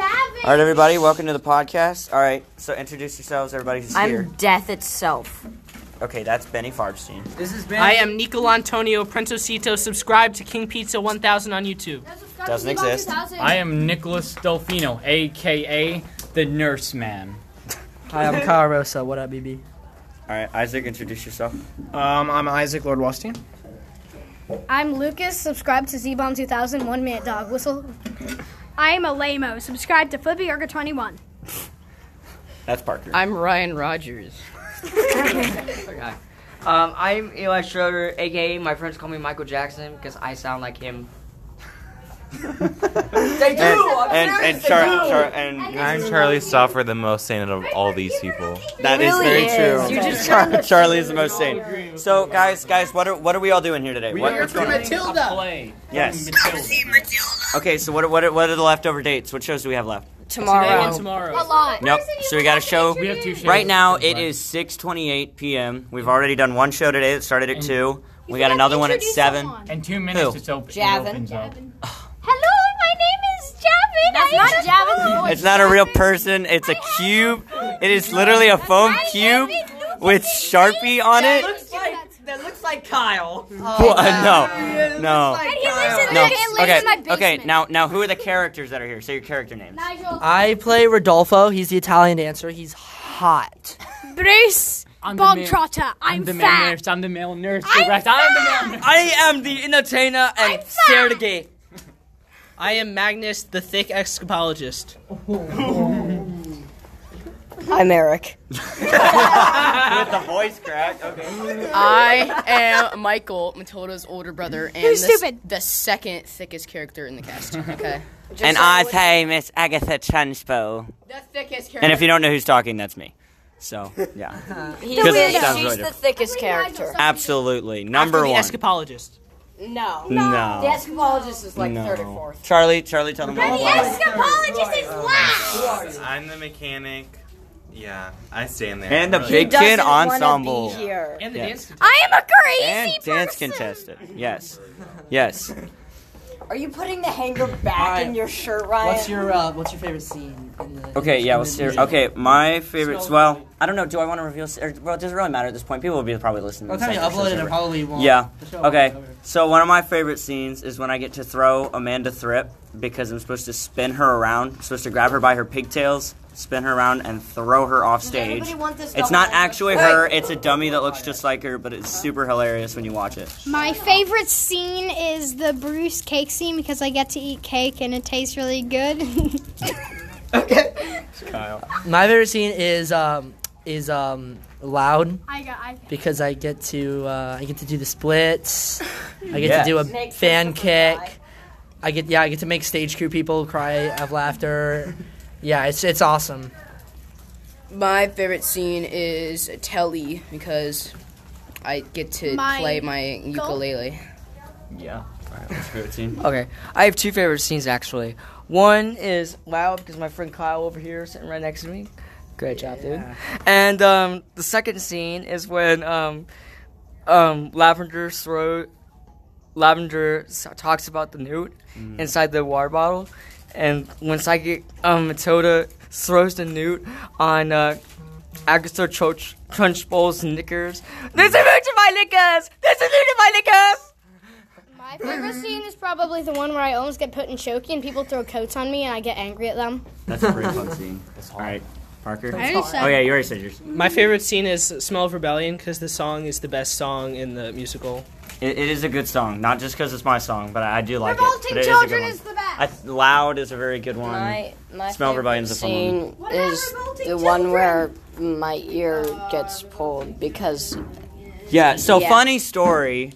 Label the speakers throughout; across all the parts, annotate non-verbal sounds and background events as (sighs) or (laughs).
Speaker 1: All right, everybody, welcome to the podcast. All right, so introduce yourselves, everybody who's here.
Speaker 2: I'm death itself.
Speaker 1: Okay, that's Benny Farbstein.
Speaker 3: This is
Speaker 4: I am Nicol Antonio Prentosito. Subscribe to King Pizza 1000 on YouTube.
Speaker 1: Doesn't exist.
Speaker 5: I am Nicholas Delfino, aka the Nurse Man.
Speaker 3: Hi, I'm Kyle Rosa. What up, BB?
Speaker 1: All right, Isaac, introduce yourself.
Speaker 6: Um, I'm Isaac Lord Wallstein.
Speaker 7: I'm Lucas. Subscribe to ZBomb 2000 One Minute Dog Whistle. I am a lamo. Subscribe to Flippy Burger 21.
Speaker 1: That's Parker.
Speaker 4: I'm Ryan Rogers.
Speaker 8: Um, I'm Eli Schroeder, aka my friends call me Michael Jackson because I sound like him. they do.
Speaker 1: and
Speaker 8: I'm
Speaker 1: and, and
Speaker 8: serious, they
Speaker 1: Char-
Speaker 8: do.
Speaker 1: Char- and
Speaker 9: I'm Charlie Stoffer, the most sane out of all these people.
Speaker 1: that is
Speaker 2: really
Speaker 1: very
Speaker 2: is.
Speaker 1: true.
Speaker 2: You just
Speaker 1: Char- Charlie is the most sane. So, guys, guys, what are what are we all doing here today? What, what's going on?
Speaker 5: Matilda. play.
Speaker 1: Yes.
Speaker 5: Matilda.
Speaker 1: Okay, so what are, what are, what are the leftover dates? What shows do we have left?
Speaker 4: Today and
Speaker 2: Tomorrow.
Speaker 4: tomorrow.
Speaker 7: lot.
Speaker 1: Nope. So we got a show.
Speaker 5: We have two shows.
Speaker 1: Right now, it is
Speaker 5: That's
Speaker 1: 6:28 p.m. We've already done one show today that started at
Speaker 5: And-
Speaker 1: two. We got another one at seven.
Speaker 5: fine. In two minutes,
Speaker 1: Who?
Speaker 5: it's open.
Speaker 2: Javin.
Speaker 5: It opens up.
Speaker 7: Hello, my name is Javin.
Speaker 2: That's not Javin's voice.
Speaker 1: It's not a real person. It's a cube. It is literally a foam cube with Sharpie on it.
Speaker 8: That looks like Kyle.
Speaker 1: Wha- no, no,
Speaker 7: And he lives
Speaker 1: no.
Speaker 7: in, the, and lives
Speaker 1: Okay,
Speaker 7: in my basement.
Speaker 1: okay. Now, now, who are the characters that are here? Say your character names.
Speaker 7: Nigel.
Speaker 3: I play Rodolfo. He's the Italian dancer. He's hot.
Speaker 7: Bruce.
Speaker 5: I'm the man-
Speaker 7: Bogtrotter.
Speaker 5: I'm,
Speaker 7: I'm
Speaker 5: the male
Speaker 7: fat.
Speaker 5: nurse. I'm the male nurse.
Speaker 7: I'm
Speaker 5: Direct. I'm the male nurse.
Speaker 4: I am the entertainer and
Speaker 7: Sergey.
Speaker 4: I am Magnus, the thick escapologist.
Speaker 2: I'm Eric.
Speaker 1: With the voice crack. Okay.
Speaker 10: I am Michael, Matilda's older brother, and
Speaker 7: Who's
Speaker 10: the s-
Speaker 7: stupid?
Speaker 10: the second thickest character in the
Speaker 4: (laughs)
Speaker 10: cast. Okay,
Speaker 1: And I play Miss Agatha Trunchbull.
Speaker 10: the thickest character.
Speaker 1: And if you don't know who's talking, that's me. So, yeah,
Speaker 2: He's
Speaker 1: Because
Speaker 2: the,
Speaker 1: it sounds
Speaker 2: she's
Speaker 1: really
Speaker 2: the thickest character.
Speaker 1: absolutely number
Speaker 4: After the
Speaker 1: one.
Speaker 4: escapologist.
Speaker 2: No. The
Speaker 1: No,
Speaker 2: escapologist is like third or
Speaker 1: No.
Speaker 2: fourth.
Speaker 1: Charlie, Charlie, tell them all
Speaker 7: The
Speaker 1: about it.
Speaker 7: escapologist is loud.
Speaker 9: I'm the mechanic. Yeah, I stand there.
Speaker 1: And the
Speaker 9: I'm
Speaker 1: big
Speaker 2: Doesn't
Speaker 1: kid
Speaker 2: wanna
Speaker 1: ensemble.
Speaker 2: Be here.
Speaker 4: And the
Speaker 1: Yeah.
Speaker 4: dance.
Speaker 7: I am a crazy
Speaker 1: and
Speaker 7: person.
Speaker 1: dance contestant. Yes, yes.
Speaker 2: Are you putting the hanger back in your shirt, Ryan?
Speaker 3: What's your uh, What's your favorite scene? In the,
Speaker 1: Okay,
Speaker 3: in
Speaker 1: yeah.
Speaker 3: the
Speaker 1: Well, ser-
Speaker 3: movie?
Speaker 1: okay. My favorite. Well, I don't know. Do I want to reveal? s- Or, well, it doesn't really matter at this point. People will be probably listening.
Speaker 3: By
Speaker 1: to
Speaker 3: the time
Speaker 1: this
Speaker 3: you
Speaker 1: after
Speaker 3: upload
Speaker 1: this
Speaker 3: it, it
Speaker 1: over.
Speaker 3: probably won't.
Speaker 1: Yeah.
Speaker 3: the show won't
Speaker 1: Okay.
Speaker 3: be over.
Speaker 1: So one of my favorite scenes is when I get to throw Amanda Thripp because I'm supposed to spin her around. I'm supposed to grab her by her pigtails, spin her around, and throw her off stage.
Speaker 2: Anybody want this
Speaker 1: It's
Speaker 2: double
Speaker 1: not
Speaker 2: hanger?
Speaker 1: actually her. It's a dummy that looks just like her, but it's super hilarious when you watch it.
Speaker 7: My favorite scene is the Bruce cake scene because I get to eat cake and it tastes really good. (laughs)
Speaker 3: My favorite scene is um is um loud
Speaker 7: I got. I got.
Speaker 3: because I get to uh, I get to do the splits. I get to do a
Speaker 2: Make
Speaker 3: fan
Speaker 2: Christopher cry.
Speaker 3: kick. I get yeah I get to make stage crew people cry of laughter. Yeah, it's it's awesome.
Speaker 10: my favorite scene is Telly because I get to
Speaker 7: My
Speaker 10: play my ukulele.
Speaker 1: Yeah. Favorite scene.
Speaker 8: Okay, I have two favorite scenes actually. One is wow because my friend Kyle over here sitting right next to me. Great job, dude. And um, the second scene is when um, um, Lavender throw Lavender s- talks about the newt inside the water bottle, and when Psychic um, Matilda throws the newt on uh, Agatha Trunch Trunchbull's knickers. There's a newt in my knickers. There's a newt in my knickers.
Speaker 7: My favorite scene is probably the one where I almost get put in choking and people throw coats on me and I get angry at them.
Speaker 1: That's a pretty fun scene. All right, Parker.
Speaker 7: I
Speaker 1: Oh yeah, you already said yours.
Speaker 4: My favorite scene is Smell of Rebellion because the song is the best song in the musical.
Speaker 1: It, it is a good song, not just because it's my song, but I, I do like it. But
Speaker 7: Revolting
Speaker 1: it is a good
Speaker 7: Children
Speaker 1: one.
Speaker 7: is, the best.
Speaker 1: I, Loud is a very good one.
Speaker 2: My, my
Speaker 1: Smell
Speaker 2: favorite
Speaker 1: Rebellion's a fun
Speaker 2: scene
Speaker 7: one.
Speaker 2: is
Speaker 7: What about
Speaker 2: the
Speaker 7: revolting
Speaker 2: one where my ear gets pulled because
Speaker 1: Yeah. So
Speaker 2: Yeah.
Speaker 1: funny story.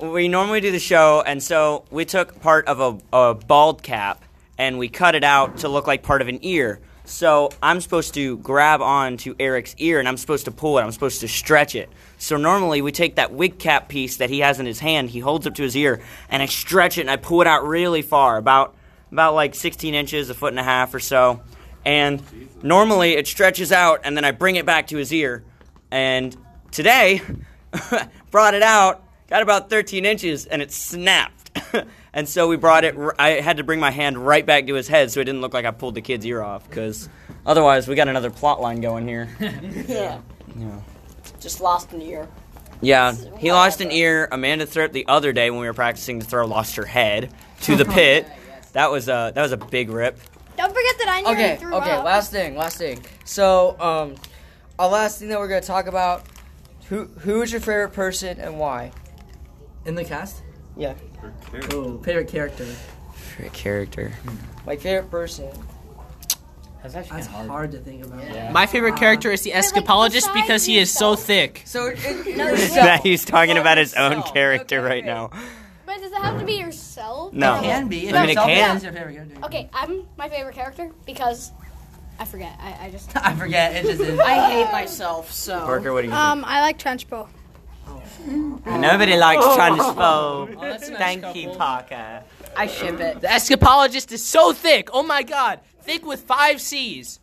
Speaker 1: We normally do the show, and so we took part of a, a bald cap and we cut it out to look like part of an ear. So I'm supposed to grab on to Eric's ear and I'm supposed to pull it. I'm supposed to stretch it. So normally we take that wig cap piece that he has in his hand, he holds up to his ear, and I stretch it and I pull it out really far, about about like 16 inches, a foot and a half or so. And normally it stretches out, and then I bring it back to his ear. And (laughs) today, brought it out, got about 13 inches, and it snapped. (laughs) And so we brought it. r- I had to bring my hand right back to his head so it didn't look like I pulled the kid's ear off, because otherwise we got another plot line going here.
Speaker 2: Yeah.
Speaker 1: Yeah.
Speaker 2: Just lost an
Speaker 10: (laughs)
Speaker 2: ear.
Speaker 1: Yeah, he lost an ear. Amanda Thripp the other day when we were practicing to throw lost her head to the pit. That was a that was a big rip.
Speaker 7: Don't forget that I nearly
Speaker 8: Okay,
Speaker 7: threw
Speaker 8: okay,
Speaker 7: up.
Speaker 8: last thing, last thing. So, um, our last thing that we're gonna talk about, who who is your favorite person and why?
Speaker 3: In the cast?
Speaker 8: Yeah,
Speaker 3: Favorite character.
Speaker 1: character.
Speaker 8: my favorite person.
Speaker 5: That's actually
Speaker 3: That's
Speaker 5: kinda hard.
Speaker 3: hard to think about.
Speaker 11: My favorite character is the escapologist
Speaker 7: besides
Speaker 11: because he is so thick.
Speaker 8: So, it,
Speaker 1: (laughs)
Speaker 8: it,
Speaker 1: That
Speaker 8: yourself.
Speaker 1: he's talking about his own
Speaker 8: Yourself.
Speaker 1: character
Speaker 8: Okay.
Speaker 1: right now.
Speaker 7: But does it have to be yourself?
Speaker 1: No.
Speaker 3: Can be.
Speaker 1: I mean, it can.
Speaker 3: Your favorite character.
Speaker 7: Okay, I'm my favorite character because I forget. I, I just.
Speaker 3: I forget. It just is.
Speaker 10: I hate myself, so.
Speaker 1: Parker, what do you think?
Speaker 7: Um, I like Trenchbull.
Speaker 1: Nobody likes transphobe.
Speaker 4: Oh. that's a nice
Speaker 1: Thank you,
Speaker 4: couple.
Speaker 1: Parker.
Speaker 10: I ship it.
Speaker 11: The escapologist is so thick. Oh my god. Thick with five C's.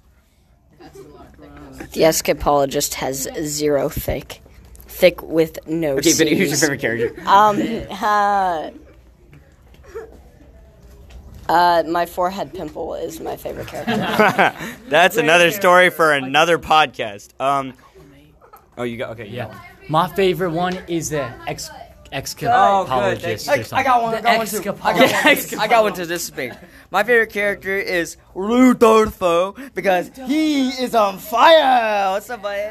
Speaker 2: The escapologist has zero thick. Thick with no
Speaker 1: Okay, but who's your
Speaker 2: Cs.
Speaker 1: favorite character?
Speaker 2: Um, uh, uh, my forehead pimple is my favorite character.
Speaker 1: That's another story for another podcast. Um, oh, you got okay. You
Speaker 5: Yeah. My favorite one is the ex
Speaker 8: Oh, good. thank
Speaker 5: excapologist
Speaker 8: you.
Speaker 5: or
Speaker 8: I, I
Speaker 5: something.
Speaker 8: got one. I got one too. I got one. too. I got one too. This is big. My favorite character is Rodolfo because he is on fire. What's up, buddy?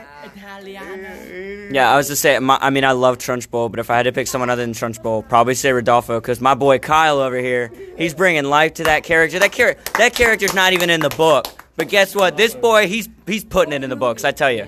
Speaker 1: Yeah, I was just saying. My, I mean, I love Trunch Bowl, but if I had to pick someone other than Trunch Bowl, probably say Rodolfo, because my boy Kyle over here, he's bringing life to that character. That character, that character's not even in the book. But guess what? This boy, he's he's putting it in the books. I tell you,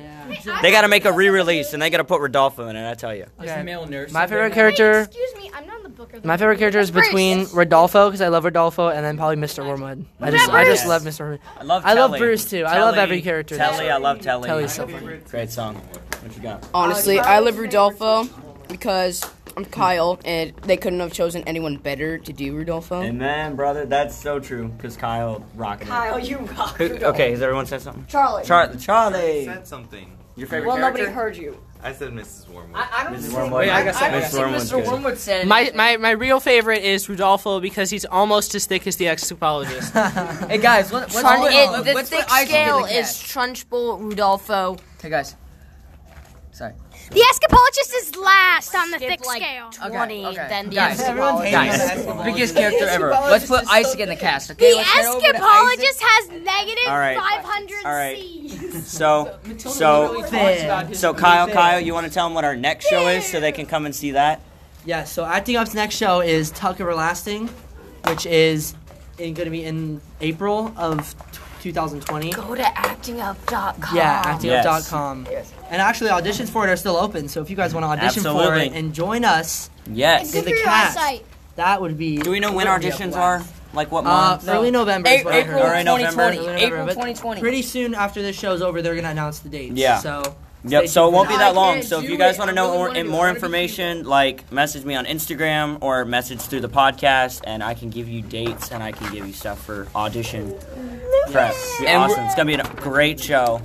Speaker 1: they got to make a re-release, and they got to put Rodolfo in it. I tell you.
Speaker 5: There's a male nurse.
Speaker 3: My
Speaker 5: in there
Speaker 3: favorite
Speaker 5: now.
Speaker 3: character.
Speaker 7: Excuse me, I'm not in the book. Or the
Speaker 3: My favorite character is
Speaker 7: Bruce.
Speaker 3: between Rodolfo because I love Rodolfo and then probably Mr. Wormwood. I just I just love Mr. Wormwood.
Speaker 1: I love.
Speaker 3: I love Telly. Bruce, too. I love Telly- every character in this Telly,
Speaker 1: Telly, I love Telly.
Speaker 3: Telly's so funny.
Speaker 1: Great song. What you
Speaker 2: Oh.
Speaker 1: got?
Speaker 10: (laughs) Honestly, I love Rudolfo because I'm Kyle, and they couldn't have chosen anyone better to do Rudolfo.
Speaker 1: Amen, brother. That's so true. Cause Kyle rocking.
Speaker 2: Kyle, you rock.
Speaker 1: Okay, has everyone said something?
Speaker 2: Charlie.
Speaker 1: Charlie. Charlie.
Speaker 9: said something.
Speaker 1: Your favorite
Speaker 2: well,
Speaker 1: character?
Speaker 2: nobody heard you.
Speaker 9: I said Mrs. Wormwood.
Speaker 8: I don't
Speaker 1: Mrs. Wormwood.
Speaker 4: I got
Speaker 1: Mrs. Wormwood's good.
Speaker 8: said
Speaker 11: My, my my real favorite is Rudolfo because he's almost as thick as (laughs) the escapologist.
Speaker 8: Hey guys, what, what's,
Speaker 3: Trun-
Speaker 8: what-
Speaker 3: it-
Speaker 8: what's
Speaker 3: the
Speaker 8: with
Speaker 3: thick
Speaker 8: ice cream in
Speaker 3: scale
Speaker 8: the cat?
Speaker 10: Trunchbull, Rudolfo.
Speaker 8: Hey guys. Sorry.
Speaker 7: The escapologist is last on the
Speaker 10: Skip,
Speaker 7: thick
Speaker 10: like,
Speaker 7: scale.
Speaker 8: Okay, okay.
Speaker 10: Guys,
Speaker 8: Guys, biggest character ever. Let's put Isaac in the cast. Okay,
Speaker 7: The
Speaker 8: Let's head over to
Speaker 7: escapologist has negative
Speaker 1: All right.
Speaker 7: 500
Speaker 1: All right.
Speaker 7: C's.
Speaker 1: So, so, so Kyle, Kyle, you want to tell them what our next show is so they can come and see that?
Speaker 3: Yeah. So acting up's next show is Tuck Everlasting, which is in, gonna be in April of t- 2020.
Speaker 2: Go to actingup.com.
Speaker 3: Yeah,
Speaker 1: Yes.
Speaker 3: actingup.com. And actually, auditions for it are still open. So if you guys want to audition for
Speaker 1: Absolutely.
Speaker 3: it and join us,
Speaker 1: Yes.
Speaker 7: Good
Speaker 3: the
Speaker 7: for your
Speaker 3: cast.
Speaker 7: eyesight.
Speaker 3: that would be.
Speaker 1: Do we know when
Speaker 3: that
Speaker 1: our
Speaker 3: would be a
Speaker 1: auditions are?
Speaker 3: blast.
Speaker 1: Like what
Speaker 3: Uh,
Speaker 1: month?
Speaker 3: early November. is what I
Speaker 8: April
Speaker 3: heard.
Speaker 1: Alright, November.
Speaker 8: 2020.
Speaker 3: Early November,
Speaker 8: April
Speaker 3: but
Speaker 8: 2020.
Speaker 3: Pretty soon after this show's over, they're gonna announce the dates.
Speaker 1: Yeah.
Speaker 3: So.
Speaker 1: Yep. So it won't be
Speaker 8: I
Speaker 1: that long.
Speaker 8: can't
Speaker 1: So if
Speaker 8: do
Speaker 1: you guys
Speaker 8: it.
Speaker 1: want to
Speaker 8: I
Speaker 1: know
Speaker 8: really
Speaker 1: more,
Speaker 8: wanna do it.
Speaker 1: more
Speaker 8: I already
Speaker 1: information, like message me on Instagram or message through the podcast, and I can give you dates and I can give you stuff for audition prep. It's gonna be
Speaker 8: And we're-
Speaker 1: awesome. It's gonna be a great show.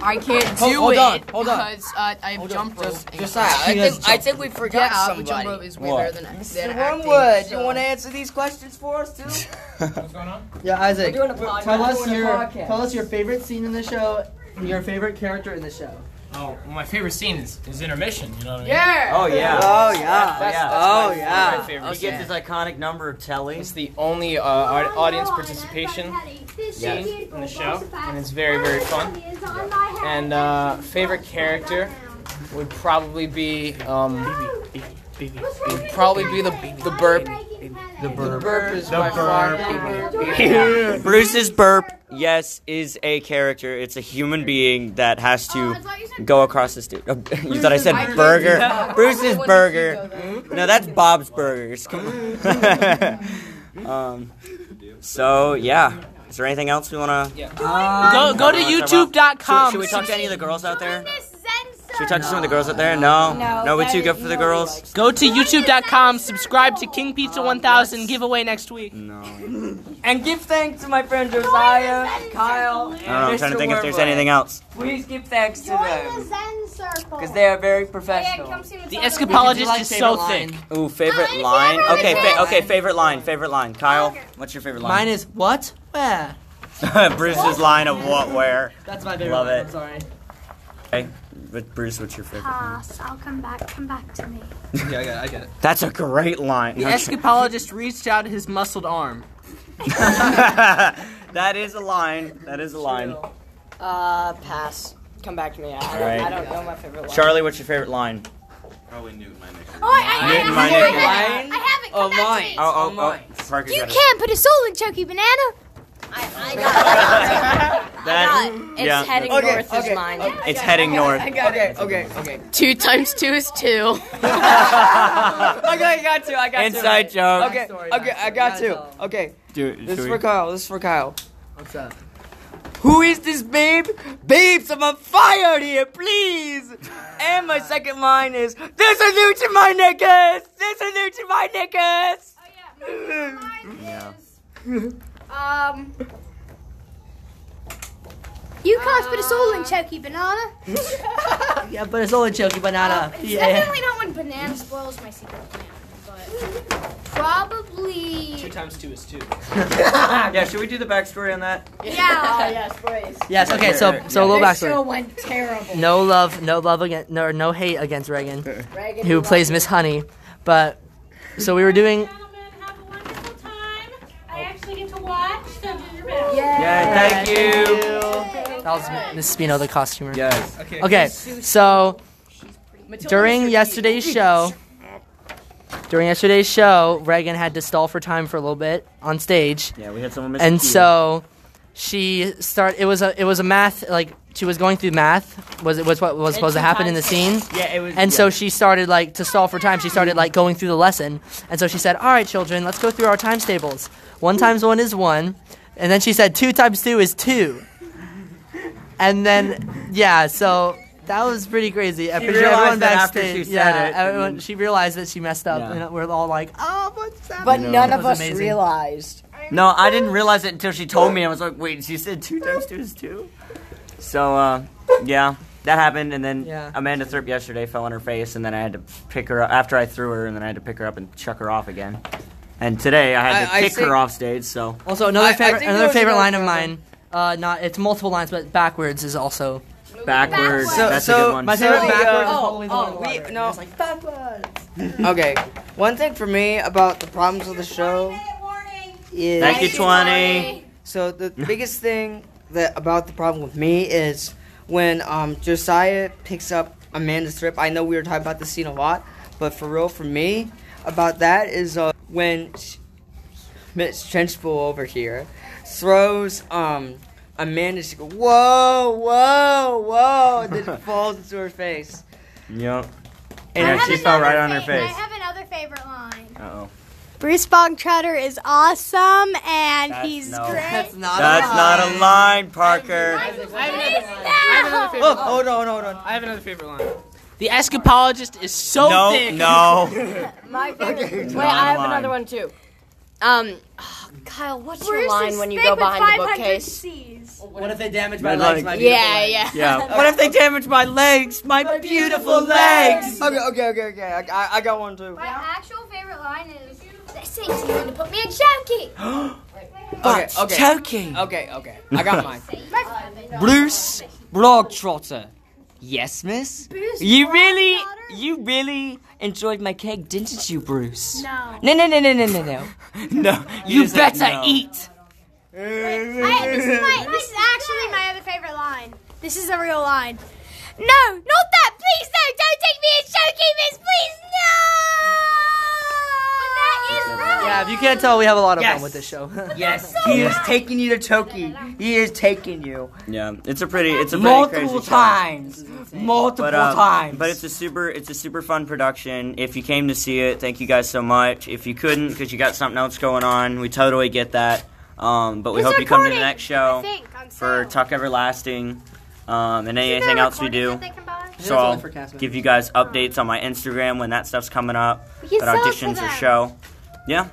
Speaker 10: I can't
Speaker 8: Hold-
Speaker 10: do
Speaker 8: hold
Speaker 10: it
Speaker 8: on, hold on.
Speaker 10: because uh, I have jump rope.
Speaker 8: Just, Josiah, I
Speaker 3: guys
Speaker 8: think, I think we forgot
Speaker 10: yeah, but jump rope
Speaker 8: somebody.
Speaker 10: is way
Speaker 1: What?
Speaker 10: better than, than
Speaker 8: Mr.
Speaker 10: acting,
Speaker 8: Wormwood, you
Speaker 10: so-
Speaker 8: want to answer these questions for us too?
Speaker 3: Yeah, Isaac.
Speaker 8: We're doing a podcast.
Speaker 3: Tell us
Speaker 8: We're doing a
Speaker 3: your
Speaker 8: podcast.
Speaker 3: tell us your favorite scene in the show, your favorite character in the show.
Speaker 11: oh, my favorite scene is, is intermission. You know what I mean?
Speaker 10: Yeah.
Speaker 1: Oh yeah.
Speaker 8: Oh yeah.
Speaker 1: That's- that's
Speaker 8: oh yeah.
Speaker 4: favorite.
Speaker 1: He gets his iconic number of telly.
Speaker 4: It's the only uh, au- audience participation
Speaker 1: Yes.
Speaker 4: scene in the show, and it's very, very fun. And uh, favorite character would probably be um, would probably be the the burp. The burp, is by far.
Speaker 1: Bruce's burp, yes, is a character. It's a human being that has to go across the stage. Oh, (laughs) you thought I said burger? Bruce's burger. No, that's Bob's Burgers. Come on. (laughs) um, so, yeah. Is there anything else we want to?
Speaker 3: Um,
Speaker 11: Go go to
Speaker 1: Wanna talk about-
Speaker 11: YouTube.com.
Speaker 1: Should we talk to any of the girls out there?
Speaker 7: Miss
Speaker 1: Should we
Speaker 7: Zenser.
Speaker 1: talk to some of the girls out there? No.
Speaker 2: No,
Speaker 1: No, we
Speaker 2: that
Speaker 1: too
Speaker 2: is-
Speaker 1: good for the
Speaker 2: nobody
Speaker 1: girls?
Speaker 11: Go to youtube.com, subscribe to King Pizza 1000 giveaway next week.
Speaker 1: No.
Speaker 8: And give thanks to my friend Josiah, Kyle,
Speaker 11: Oh,
Speaker 1: I don't know. I'm trying to think if there's anything else.
Speaker 8: Please give thanks to
Speaker 7: Join the
Speaker 8: them.
Speaker 7: Zen Circle. circle.
Speaker 1: Because they are very professional.
Speaker 7: come see what's
Speaker 11: The
Speaker 7: on the-
Speaker 11: escapologist is so thick.
Speaker 1: Ooh, favorite line.
Speaker 7: favorite
Speaker 1: Okay,
Speaker 7: line.
Speaker 1: fa- okay, favorite line. Favorite line. Kyle, what's your favorite line?
Speaker 3: Mine is what? Where?
Speaker 1: (laughs) Bruce's line of what, where.
Speaker 3: That's my favorite
Speaker 1: Love
Speaker 3: line,
Speaker 1: it.
Speaker 3: I'm sorry.
Speaker 1: Okay, but Bruce, what's your favorite?
Speaker 7: Pass. I'll come back. Come back to me.
Speaker 9: yeah, I got, I get it.
Speaker 1: That's a great line.
Speaker 11: The escapologist reached out his muscled arm.
Speaker 7: (laughs)
Speaker 1: (laughs) that is a line. That is a line.
Speaker 2: Uh, pass. Come back to me. I,
Speaker 1: All right.
Speaker 2: I don't know my favorite line.
Speaker 1: Charlie, what's your favorite line?
Speaker 9: Probably Newton, my next.
Speaker 7: Oh, I, I, I,
Speaker 1: Newton, my
Speaker 7: have it.
Speaker 1: neighbor.
Speaker 7: I have it. Come back to me.
Speaker 1: Oh, oh, oh. Parker
Speaker 7: You
Speaker 1: got it.
Speaker 7: can't put a soul in Chunky Banana. (laughs)
Speaker 1: (laughs) That,
Speaker 2: It's
Speaker 1: yeah,
Speaker 2: heading
Speaker 1: that's-
Speaker 2: north is mine.
Speaker 1: It's heading north.
Speaker 8: Okay, okay, okay.
Speaker 10: Two times two is
Speaker 8: (laughs)
Speaker 10: two.
Speaker 8: Okay, I got to. I got to.
Speaker 1: Inside joke.
Speaker 8: Okay, okay, I got to. Okay,
Speaker 1: Dude,
Speaker 8: this is
Speaker 1: should
Speaker 8: for
Speaker 1: we-
Speaker 8: Kyle. This is for Kyle.
Speaker 3: What's up?
Speaker 8: Who is this babe? Babes, I'm on fire here, please. And my second line is, there's a new to my knickers. There's a new to my knickers.
Speaker 1: Yeah.
Speaker 7: Um. You can't put a soul in Chunky Banana.
Speaker 3: Yeah, but it's only choking banana.
Speaker 10: Oh,
Speaker 7: It's
Speaker 3: yeah.
Speaker 7: definitely not when banana spoils my secret plan,
Speaker 3: (laughs)
Speaker 7: but probably.
Speaker 11: times two
Speaker 1: (laughs)
Speaker 11: is two.
Speaker 1: Yeah, should we do the backstory on that?
Speaker 3: (laughs)
Speaker 7: Yeah.
Speaker 2: yes, please.
Speaker 3: Yes. Okay. So so a
Speaker 2: This
Speaker 3: little
Speaker 2: show
Speaker 3: backstory.
Speaker 2: went terrible.
Speaker 3: No love, no love against, no no hate against Reagan,
Speaker 2: Reagan,
Speaker 3: who
Speaker 2: you
Speaker 3: plays Miss Honey. But so we were doing.
Speaker 12: Gentlemen, have a wonderful time. I actually get to watch, so do your best.
Speaker 1: Yeah, thank you.
Speaker 3: That was Miss Spino, the costumer.
Speaker 1: Yes.
Speaker 3: Okay. So during yesterday's show, during yesterday's show, Reagan had to stall for time for a little bit on stage.
Speaker 1: Yeah, we had someone miss.
Speaker 3: and so she start it was a it was a math like she was going through math was it was what was supposed to happen in the scene
Speaker 5: Yeah, it was.
Speaker 3: and so she started like to solve for time she started like going through the lesson and so she said all right children let's go through our times tables one times one is one and then she said two times two is two and then yeah so that was pretty crazy. I'm
Speaker 1: She
Speaker 3: pretty sure
Speaker 1: realized
Speaker 3: everyone
Speaker 1: that after she
Speaker 3: backstage-
Speaker 1: said
Speaker 3: yeah,
Speaker 1: it,
Speaker 3: everyone-
Speaker 1: and-
Speaker 3: she realized that she messed up,
Speaker 1: Yeah.
Speaker 3: and we're all like, "Oh, what's that?"
Speaker 2: But
Speaker 1: No.
Speaker 2: none
Speaker 3: That
Speaker 2: of
Speaker 3: was
Speaker 2: us
Speaker 3: amazing.
Speaker 2: realized.
Speaker 1: No, I didn't realize it until she told me. I was like, wait, she said two times two is two. So, uh, yeah, that happened. And then
Speaker 3: Yeah.
Speaker 1: Amanda Thurp yesterday fell on her face, and then I had to pick her up after I threw her, and then I had to pick her up and chuck her off again. And today I had to
Speaker 8: I- I
Speaker 1: kick
Speaker 8: think-
Speaker 1: her off stage. So
Speaker 3: Also, another
Speaker 8: I- I
Speaker 3: favorite,
Speaker 8: think there
Speaker 3: another
Speaker 8: was
Speaker 3: favorite
Speaker 8: another
Speaker 3: line of
Speaker 8: problem.
Speaker 3: mine. Uh, not it's multiple lines, but backwards is also
Speaker 1: backwards,
Speaker 7: So-
Speaker 1: that's a
Speaker 8: so
Speaker 1: good one.
Speaker 3: my
Speaker 8: So,
Speaker 3: favorite
Speaker 8: uh,
Speaker 3: backwards is
Speaker 8: oh,
Speaker 3: probably the
Speaker 8: oh,
Speaker 3: one with
Speaker 8: we-
Speaker 3: Robert.
Speaker 8: no.
Speaker 3: It's like backwards.
Speaker 8: Okay, one thing for me about the problems of the show is.
Speaker 1: Thank you, twenty.
Speaker 8: So the biggest thing that about the problem with me is when um, Josiah picks up Amanda's strip. I know we were talking about this scene a lot, but for real, for me, about that is uh, when sh- Miss Trenchbull over here throws um, Amanda. She goes, "Whoa, whoa, whoa!" and then it falls into her face.
Speaker 1: Yep.
Speaker 7: I
Speaker 1: Yeah,
Speaker 7: have
Speaker 1: she fell
Speaker 7: another
Speaker 1: right on her
Speaker 7: favorite-
Speaker 1: face.
Speaker 7: I have another favorite line.
Speaker 1: Uh oh.
Speaker 12: Bruce Bogtrotter is awesome, and
Speaker 1: That's-
Speaker 12: he's
Speaker 1: no.
Speaker 12: great.
Speaker 3: not
Speaker 1: That's not a line, Parker.
Speaker 11: I have another,
Speaker 7: What is
Speaker 11: I have another
Speaker 7: that?
Speaker 11: favorite line.
Speaker 8: Hold on, hold on.
Speaker 11: I have another favorite line. The escapologist is so
Speaker 1: No,
Speaker 11: thick.
Speaker 1: no.
Speaker 2: My favorite.
Speaker 1: It's
Speaker 2: Wait,
Speaker 1: not
Speaker 2: I have
Speaker 1: mine.
Speaker 2: another one too. Um, (sighs) oh, Kyle, what's your
Speaker 7: Bruce
Speaker 2: line
Speaker 7: is
Speaker 2: when you
Speaker 7: thick
Speaker 2: go
Speaker 7: with
Speaker 2: behind the
Speaker 7: 500
Speaker 2: bookcase?
Speaker 7: C's.
Speaker 3: What if they damage
Speaker 1: my
Speaker 3: my
Speaker 1: I'd legs,
Speaker 3: legs?
Speaker 1: like- my
Speaker 2: Yeah, yeah.
Speaker 8: (laughs)
Speaker 1: Yeah. What if they damage my legs? My beautiful legs.
Speaker 8: Okay, okay, okay, okay. I, I, I got one too.
Speaker 7: My actual favorite line is, "That sinks you to put me in Chunky."
Speaker 8: Okay, okay.
Speaker 1: Choking.
Speaker 8: Okay, okay. I (laughs) got mine.
Speaker 7: My
Speaker 8: Bruce Broadtrotter. Yes, miss?
Speaker 7: Bruce
Speaker 8: You really,
Speaker 7: Broadtrotter?
Speaker 8: you really enjoyed my cake, didn't you, Bruce?
Speaker 7: No.
Speaker 8: No, no, no, no, no, no, no.
Speaker 1: No.
Speaker 8: You,
Speaker 1: just said
Speaker 8: better
Speaker 1: no.
Speaker 8: eat.
Speaker 7: I, this, is (laughs) my, this is actually my other favorite line. This is a real line. No, not that! Please no! Don't take me in showkeepers! Please no! But that is wrong.
Speaker 3: Yeah, if you can't tell, we have a lot of
Speaker 8: Yes.
Speaker 3: fun with this
Speaker 1: (laughs)
Speaker 3: show.
Speaker 8: Yes, he is taking you to Toki. He is taking you
Speaker 1: Yeah, it's a pretty, it's a pretty
Speaker 8: multiple
Speaker 1: crazy show.
Speaker 8: times, multiple
Speaker 1: But, uh,
Speaker 8: times.
Speaker 1: but it's a super, it's a super fun production. If you came to see it, thank you guys so much. If you couldn't, because you got something else going on, we totally get that. Um, but we
Speaker 7: It's
Speaker 1: hope you come to the
Speaker 7: recording,
Speaker 1: next
Speaker 7: I
Speaker 1: show
Speaker 7: think, on
Speaker 1: for
Speaker 7: sale.
Speaker 1: Talk Everlasting, um, and
Speaker 7: Isn't there
Speaker 1: anything else we
Speaker 7: recording
Speaker 1: do.
Speaker 7: that they can buy?
Speaker 1: So I'll give you guys updates on my Instagram when that stuff's coming up.
Speaker 7: We can
Speaker 1: But
Speaker 7: sell it to
Speaker 1: auditions or
Speaker 7: them.
Speaker 1: show. Yeah.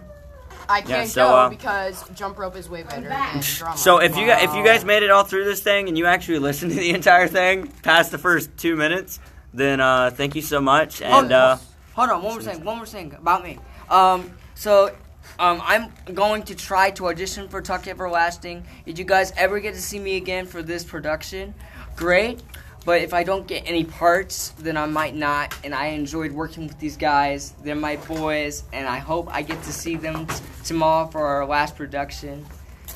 Speaker 10: I
Speaker 1: Yeah,
Speaker 10: can't
Speaker 1: so,
Speaker 10: go
Speaker 1: uh,
Speaker 10: because jump rope is way better. Than drama.
Speaker 1: So if you (laughs) gu- if you guys made it all through this thing and you actually listened to the entire thing past the first two minutes, then uh, thank you so much.
Speaker 8: Oh,
Speaker 1: And uh,
Speaker 8: Hold on, one more thing. One more thing about me. Um, so, um, I'm going to try to audition for Tuck Everlasting. If you guys ever get to see me again for this production, great. But if I don't get any parts, then I might not. And I enjoyed working with these guys. They're my boys, and I hope I get to see them t- tomorrow for our last production.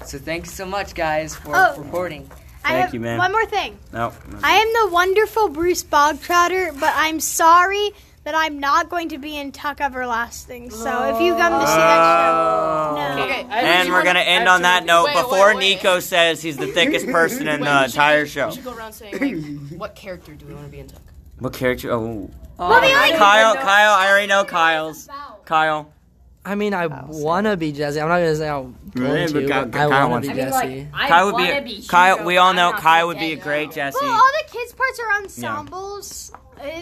Speaker 8: So thanks so much, guys, for
Speaker 7: Oh.
Speaker 8: recording.
Speaker 7: I
Speaker 1: Thank
Speaker 7: have
Speaker 1: you, man.
Speaker 7: One more thing.
Speaker 1: no,
Speaker 7: I am the wonderful Bruce Bogtrotter, but I'm sorry that I'm not going to be in Tuck Everlasting. So if you come to see
Speaker 1: Oh.
Speaker 7: that show, no.
Speaker 1: Okay, and we're gonna end on that note before Nico says he's the (laughs) thickest person in the entire show.
Speaker 10: We should go around saying,
Speaker 1: (coughs)
Speaker 10: like, what character do we want to be in Tuck?
Speaker 1: What character? Oh,
Speaker 10: Well, the only-
Speaker 1: Kyle, Kyle. I already know Kyle's. Kyle.
Speaker 3: I mean, I
Speaker 1: Oh,
Speaker 3: wanna be Jesse. I'm not gonna say I'm going
Speaker 1: Right, but
Speaker 3: to.
Speaker 1: Kyle-
Speaker 3: I
Speaker 1: Kyle
Speaker 3: wanna
Speaker 1: wants
Speaker 3: be
Speaker 1: to.
Speaker 3: Jesse.
Speaker 1: I mean, like, I Kyle would be a- wanna be Kyle- Hugo, we all but I'm know not Kyle gonna would be a get great out. Jesse.
Speaker 7: Well, all the kids' parts are ensembles.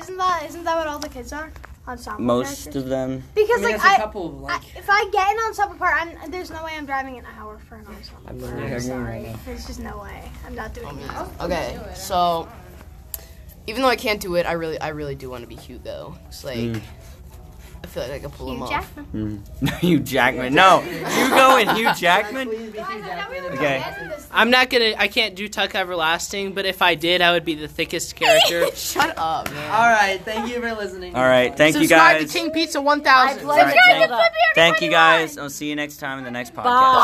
Speaker 7: Isn't that isn't that what all the kids are? Ensemble.
Speaker 1: Most
Speaker 7: characters?
Speaker 1: of them. (laughs)
Speaker 7: Because
Speaker 8: I mean,
Speaker 7: like
Speaker 8: there's
Speaker 7: I,
Speaker 8: a couple of, like-
Speaker 7: I- if I get an ensemble part, I'm, there's no way I'm driving an hour for an ensemble.
Speaker 8: I'm
Speaker 7: part.
Speaker 8: Oh, literally
Speaker 7: I'm
Speaker 8: hanging
Speaker 7: sorry.
Speaker 8: right now.
Speaker 7: There's just no way. I'm not doing that. Oh,
Speaker 10: Okay, so even though I can't do it, I really, I really do want to be Hugo. It's like
Speaker 1: Mm.
Speaker 10: I feel like I could pull him
Speaker 7: Hugh
Speaker 10: off.
Speaker 7: Jackman.
Speaker 1: Hugh Jackman. No, Hugo and Hugh Jackman. Okay.
Speaker 11: I'm not gonna. I can't do Tuck Everlasting, but if I did, I would be the thickest character.
Speaker 10: Shut up, man.
Speaker 11: All right. Thank you for listening.
Speaker 1: All right. Thank you
Speaker 11: Subscribe
Speaker 1: guys.
Speaker 11: to King Pizza 1000.
Speaker 1: All right, thank- Thank you guys. I'll see you next time in the next podcast.